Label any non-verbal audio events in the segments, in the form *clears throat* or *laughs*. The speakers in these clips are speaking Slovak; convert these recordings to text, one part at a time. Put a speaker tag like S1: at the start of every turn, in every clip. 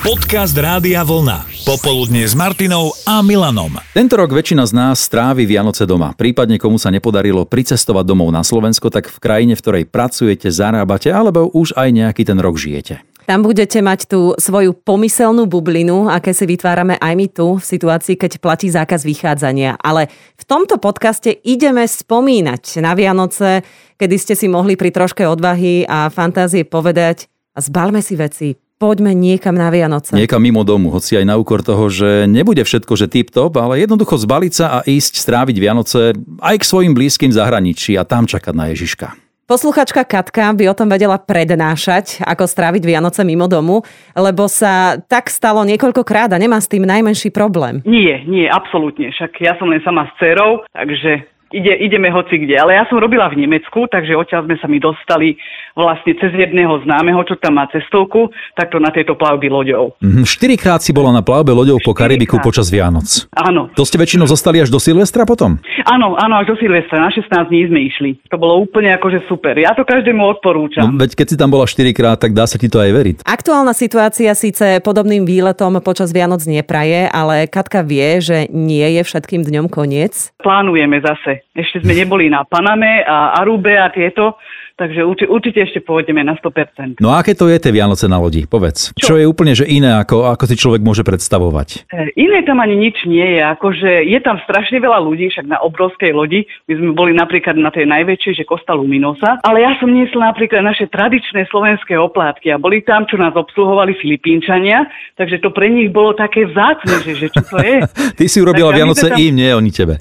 S1: Podcast Rádia Vlna. Popoludne s Martinou a Milanom.
S2: Tento rok väčšina z nás strávi Vianoce doma. Prípadne komu sa nepodarilo pricestovať domov na Slovensko, tak v krajine, v ktorej pracujete, zarábate, alebo už aj nejaký ten rok žijete.
S3: Tam budete mať tú svoju pomyselnú bublinu, aké si vytvárame aj my tu v situácii, keď platí zákaz vychádzania. Ale v tomto podcaste ideme spomínať na Vianoce, kedy ste si mohli pri troške odvahy a fantázie povedať a zbalme si veci, poďme niekam na Vianoce.
S2: Niekam mimo domu, hoci aj na úkor toho, že nebude všetko, že tip-top, ale jednoducho zbaliť sa a ísť stráviť Vianoce aj k svojim blízkym v zahraničí a tam čakať na Ježiška.
S3: Posluchačka Katka by o tom vedela prednášať, ako stráviť Vianoce mimo domu, lebo sa tak stalo niekoľkokrát a nemá s tým najmenší problém.
S4: Nie, nie, absolútne. Však ja som len sama s dcerou, takže ide, ideme hoci kde. Ale ja som robila v Nemecku, takže odtiaľ sme sa mi dostali vlastne cez jedného známeho, čo tam má cestovku, takto na tejto plavby loďou.
S2: Mhm, Štyrikrát si bola na plavbe loďou po Karibiku
S4: Štyrikrát.
S2: počas Vianoc.
S4: Áno,
S2: To ste väčšinou zostali až do Silvestra potom?
S4: áno, áno, až do Silvestra, na 16 dní sme išli. To bolo úplne akože super. Ja to každému odporúčam.
S2: No, veď keď si tam bola štyrikrát, tak dá sa ti to aj veriť.
S3: Aktuálna situácia síce podobným výletom počas Vianoc nepraje, ale Katka vie, že nie je všetkým dňom koniec.
S4: Plánujeme zase. Ešte sme neboli na Paname a Arube a tieto, takže urči, určite ešte pôjdeme na 100%.
S2: No a aké to je tie Vianoce na lodi? Povedz. Čo,
S4: Čo?
S2: je úplne že iné, ako, ako si človek môže predstavovať?
S4: E, Iné tam ani nič nie je, akože je tam strašne veľa ľudí, však na obrovskej lodi, my sme boli napríklad na tej najväčšej, že Costa Luminosa, ale ja som niesla napríklad naše tradičné slovenské oplátky a boli tam, čo nás obsluhovali Filipínčania, takže to pre nich bolo také vzácne, že, že čo to je.
S2: Ty si urobila
S4: Tak a my
S2: Vianoce
S4: sme tam-
S2: im, nie oni tebe.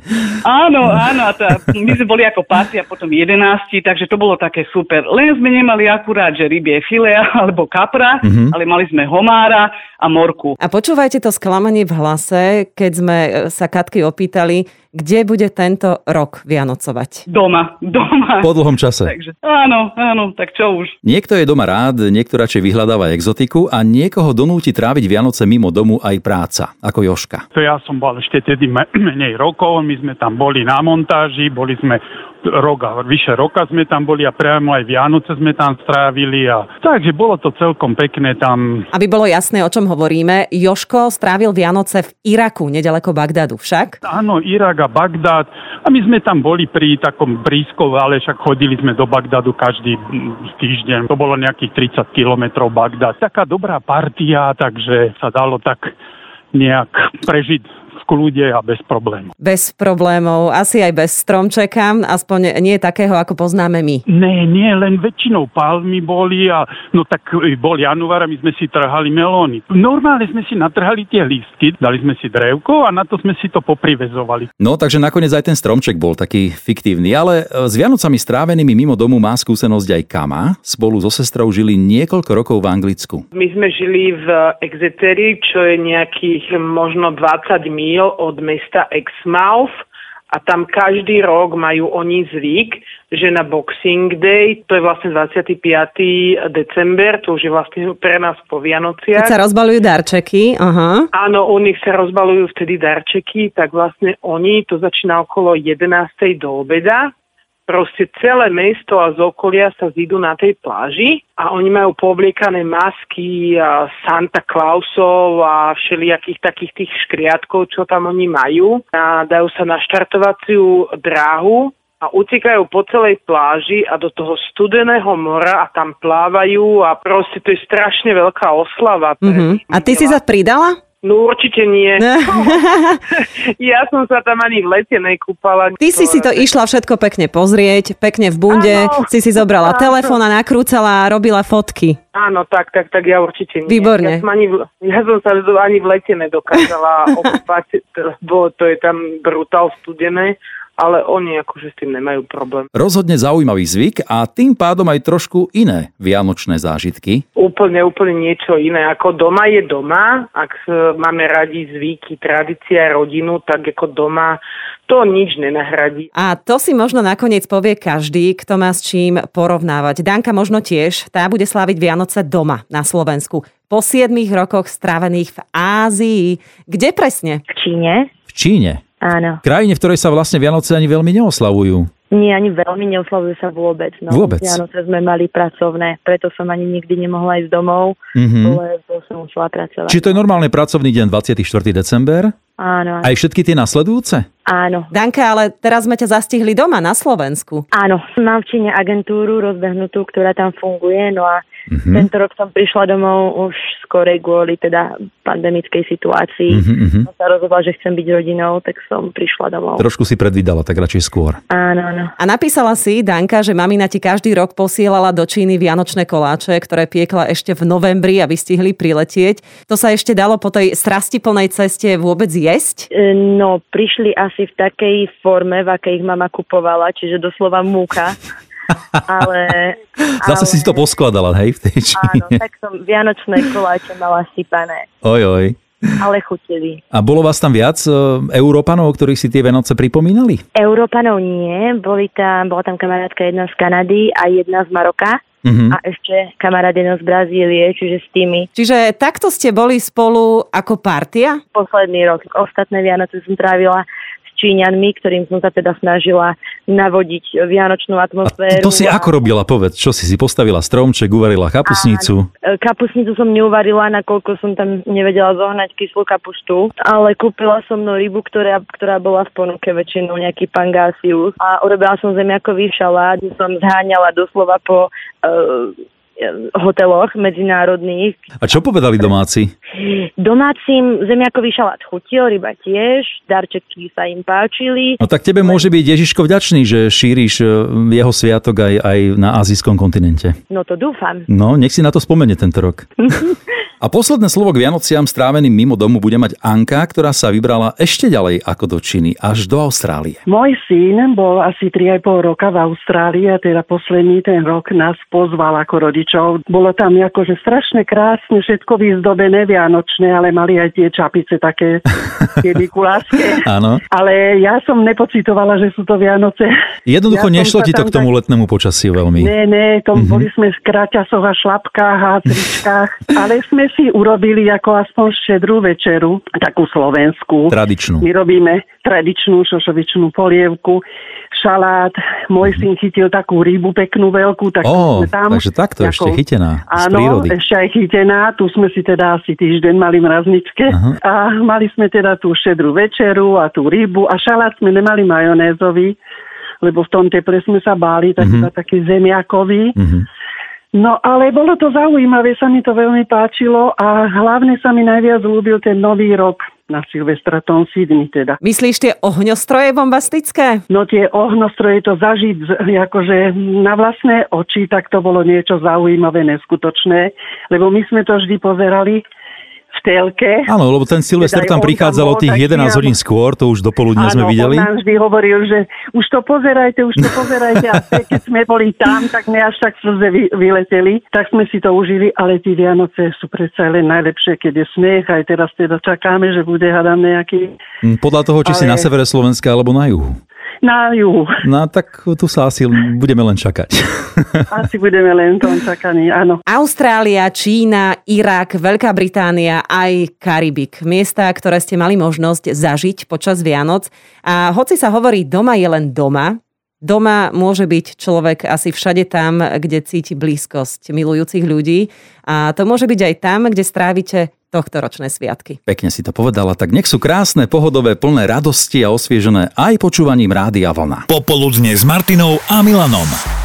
S4: Áno, áno, a tá, my sme boli ako páci a potom jedenácti, takže to bolo také super. Len sme nemali akurát, že rybie file *laughs* alebo kapra, ale mali sme homára a morku.
S3: A počúvajte to sklamanie v hlase, keď sme e, sa Katky opýtali, kde bude tento rok Vianocovať.
S4: Doma, doma.
S2: Po dlhom čase.
S4: Takže áno, áno, tak čo už.
S2: Niekto je doma rád, niekto radšej vyhľadáva exotiku a niekoho donúti tráviť Vianoce mimo domu aj práca, ako Joška.
S5: To ja som bol ešte tedy me- *clears throat* menej rokov, my sme tam boli na montáži, boli sme roka, vyše roka sme tam boli a priamo aj Vianoce sme tam strávili a takže bolo to celkom pekné tam.
S3: Aby bolo jasné, o čom hovoríme, Joško strávil Vianoce v Iraku, nedaleko Bagdadu však.
S5: Áno, Irak a Bagdad a my sme tam boli pri takom blízko, ale však chodili sme do Bagdadu každý mm, týždeň. To bolo nejakých 30 kilometrov Bagdad. Taká dobrá partia, takže sa dalo tak nejak prežiť v kľude a bez problémov.
S3: Bez problémov, asi aj bez stromčeka, aspoň nie takého, ako poznáme my.
S5: Ne, nie, len väčšinou palmy boli a no tak e, bol január a my sme si trhali melóny. Normálne sme si natrhali tie lístky, dali sme si drevko a na to sme si to poprivezovali.
S2: No takže nakoniec aj ten stromček bol taký fiktívny, ale e, s Vianocami strávenými mimo domu má skúsenosť aj Kama. Spolu so sestrou žili niekoľko rokov v Anglicku.
S6: My sme žili v Exeteri, čo je nejakých možno 20 míl od mesta Exmouth a tam každý rok majú oni zvyk, že na Boxing Day, to je vlastne 25. december, to už je vlastne pre nás po
S3: Keď sa
S6: Vianociach.
S3: rozbalujú darčeky, aha.
S6: Áno, u nich sa rozbalujú vtedy darčeky, tak vlastne oni, to začína okolo 11. do obeda, proste celé mesto a z okolia sa zídu na tej pláži a oni majú povliekané masky a Santa Clausov a všelijakých takých tých škriatkov, čo tam oni majú a dajú sa na štartovaciu dráhu a utekajú po celej pláži a do toho studeného mora a tam plávajú a proste to je strašne veľká oslava. pre nich,
S3: hm. Mhm. A ty si
S6: Michela.
S3: sa pridala?
S6: No určite
S3: *laughs*
S6: nie.
S3: Ne.
S6: ja som sa tam ani v lete nekúpala.
S3: Ty si si to išla všetko pekne pozrieť, pekne v bunde,
S6: Áno.
S3: si si zobrala
S6: Áno.
S3: telefón a nakrúcala a robila fotky.
S6: Áno, tak, tak, tak, ja určite nie. Ja
S3: Výborne.
S6: som, ani v, ja som sa ani v lete
S3: *laughs*
S6: nedokázala okúpať, t- bo to je tam brutál studené, ale oni akože s tým nemajú problém.
S2: Rozhodne zaujímavý zvyk a tým pádom aj trošku iné vianočné zážitky.
S6: Úplne, úplne niečo iné. Ako doma je doma, ak e, máme radi zvyky, tradícia, rodinu, tak ako doma to nič nenahradí.
S3: A to si možno nakoniec povie každý, kto má s čím porovnávať. Danka možno tiež, tá bude sláviť Vianoce doma na Slovensku. Po 7 rokoch strávených v Ázii. Kde presne?
S7: v Číne.
S2: V Číne.
S7: Áno,
S2: Krajine, v ktorej sa vlastne Vianoce ani veľmi neoslavujú.
S7: Nie, ani veľmi neoslavuje sa vôbec. No.
S2: Vôbec?
S7: Vianoce sme mali pracovné, preto som ani nikdy nemohla ísť domov,
S2: Mhm.
S7: lebo som musela pracovať.
S2: Čiže to je normálne pracovný deň 24. december?
S7: Áno,
S2: Aj všetky tie nasledujúce?
S7: áno.
S3: Danka, ale teraz sme ťa zastihli doma na Slovensku.
S7: Áno, mám v Číne agentúru rozbehnutú, ktorá tam funguje, no a
S2: Mhm.
S7: mm-hmm. tento rok som prišla domov už skorej kvôli teda pandemickej situácii.
S2: Mhm, mhm.
S7: Som sa rozhodla, že chcem byť rodinou, tak som prišla domov.
S2: Trošku si predvídala, tak radšej skôr.
S7: Áno, áno.
S3: A napísala si, Danka, že mamina ti každý rok posielala do Číny vianočné koláče, ktoré piekla ešte v novembri, aby stihli priletieť. To sa ešte dalo po tej strastiplnej ceste vôbec jesť?
S7: E, No, prišli asi v takej forme, v akej ich mama kupovala, čiže doslova
S2: *laughs*
S7: múka. Ale...
S2: Zase si to poskladala, hej, v tej
S7: Áno,
S2: Číne.
S7: tak som vianočné koláče mala sypané,
S2: *laughs* Oj, oj.
S7: ale chutili.
S2: A bolo vás tam viac e, Európanov, o ktorých si tie Vianoce pripomínali?
S7: Európanov nie, boli tam, bola tam kamarátka jedna z Kanady a jedna z Maroka
S2: Mhm.
S7: a ešte kamarát jeden z Brazílie, čiže s tými
S3: Čiže takto ste boli spolu ako partia?
S7: posledný rok. Ostatné Vianoce som trávila s Číňanmi, ktorým som sa teda snažila navodiť vianočnú
S2: A
S7: atmosféru.
S2: to si ako robila, povedz, čo si si postavila stromček, uvarila kapusnicu?
S7: E, Kapusnicu som neuvarila, nakoľko som tam nevedela zohnať kyslú kapustu, ale kúpila som no rybu, ktorá, ktorá bola v ponuke väčšinou nejaký pangasius a urobila som zemiakový šalát, kde som zháňala doslova po uh, hoteloch medzinárodných.
S2: A čo povedali domáci?
S7: Domácim zemiakový šalát chutil, ryba tiež, darčeky sa im páčili.
S2: No tak tebe môže byť Ježiško vďačný, že šíriš e, jeho sviatok aj, aj na azijskom kontinente.
S7: No to dúfam.
S2: No, nech si na to spomenie tento
S8: *laughs*
S2: rok. A posledné slovo k Vianociam stráveným mimo domu bude mať Anka, ktorá sa vybrala ešte ďalej ako do Číny, až do Austrálie.
S8: Môj syn bol asi 3,5 roka v Austrálii a teda posledný ten rok nás pozval ako rodičov. Bolo tam akože strašne krásne, všetko vyzdobené vianočné, ale mali aj tie
S2: *laughs*
S8: čapice také, tie mikuláške.
S2: Áno.
S8: Ale ja som nepocitovala, že sú to Vianoce.
S2: Jednoducho
S8: Ja som
S2: nešlo
S8: sa
S2: ti to
S8: tam
S2: k tomu
S8: tak-
S2: letnému počasiu veľmi.
S8: Ne, ne,
S2: Mhm.
S8: tom boli sme v kraťasoch a šlapkách a tričkách, ale sme si urobili ako aspoň šedrú večeru, takú slovenskú.
S2: Tradičnú.
S8: My robíme tradičnú šošovičnú polievku, šalát. Môj syn chytil takú rybu peknú veľkú, tak
S2: Mhm. Ó,
S8: sme tam.
S2: takže takto ešte chytená z
S8: Áno,
S2: prírody.
S8: ešte aj chytená. Tu sme si teda asi týždeň mali v mrazničke.
S2: Aha.
S8: A mali sme teda tú šedrú večeru a tú rybu. A šalát sme nemali majonézový, lebo v tom teple sme sa báli, tak iba taký zemiakový.
S2: Mhm.
S8: No ale bolo to zaujímavé, sa mi to veľmi páčilo a hlavne sa mi najviac ľúbil ten nový rok na Silvestra, tom 7 teda.
S3: Myslíš tie ohňostroje bombastické?
S8: No tie ohnostroje, to zažiť z- akože na vlastné oči, tak to bolo niečo zaujímavé, neskutočné, lebo my sme to vždy pozerali v telke.
S2: Áno, lebo ten Silvester
S8: Teda aj
S2: tam
S8: on tam
S2: prichádzalo
S8: bol
S2: tých
S8: taký,
S2: 11
S8: áno.
S2: hodín skôr, to už do poludnia sme
S8: Áno,
S2: videli.
S8: on nám vždy hovoril, že už to pozerajte, už to pozerajte. A te- keď sme boli tam, tak sme až tak slze vy, vyleteli. Tak sme si to užili, ale tie Vianoce sú predsa len najlepšie, keď je sneh. Aj teraz teda čakáme, že bude, hádam, nejaký
S2: Mm, Podľa toho, či si
S8: Ale-
S2: na severe Slovenska alebo na juhu.
S8: na juhu. *laughs*
S2: No tak tu sa asi budeme len čakať.
S8: Asi budeme len v tom čakaní, áno.
S3: Austrália, Čína, Irak, Veľká Británia, aj Karibik. Miesta, ktoré ste mali možnosť zažiť počas Vianoc. A hoci sa hovorí, doma je len doma, doma môže byť človek asi všade tam, kde cíti blízkosť milujúcich ľudí. A to môže byť aj tam, kde strávite tohto ročné sviatky.
S2: Pekne si to povedala, tak nech sú krásne, pohodové, plné radosti a osviežené aj počúvaním Rádia Vlna.
S1: Popoludne s Martinou a Milanom.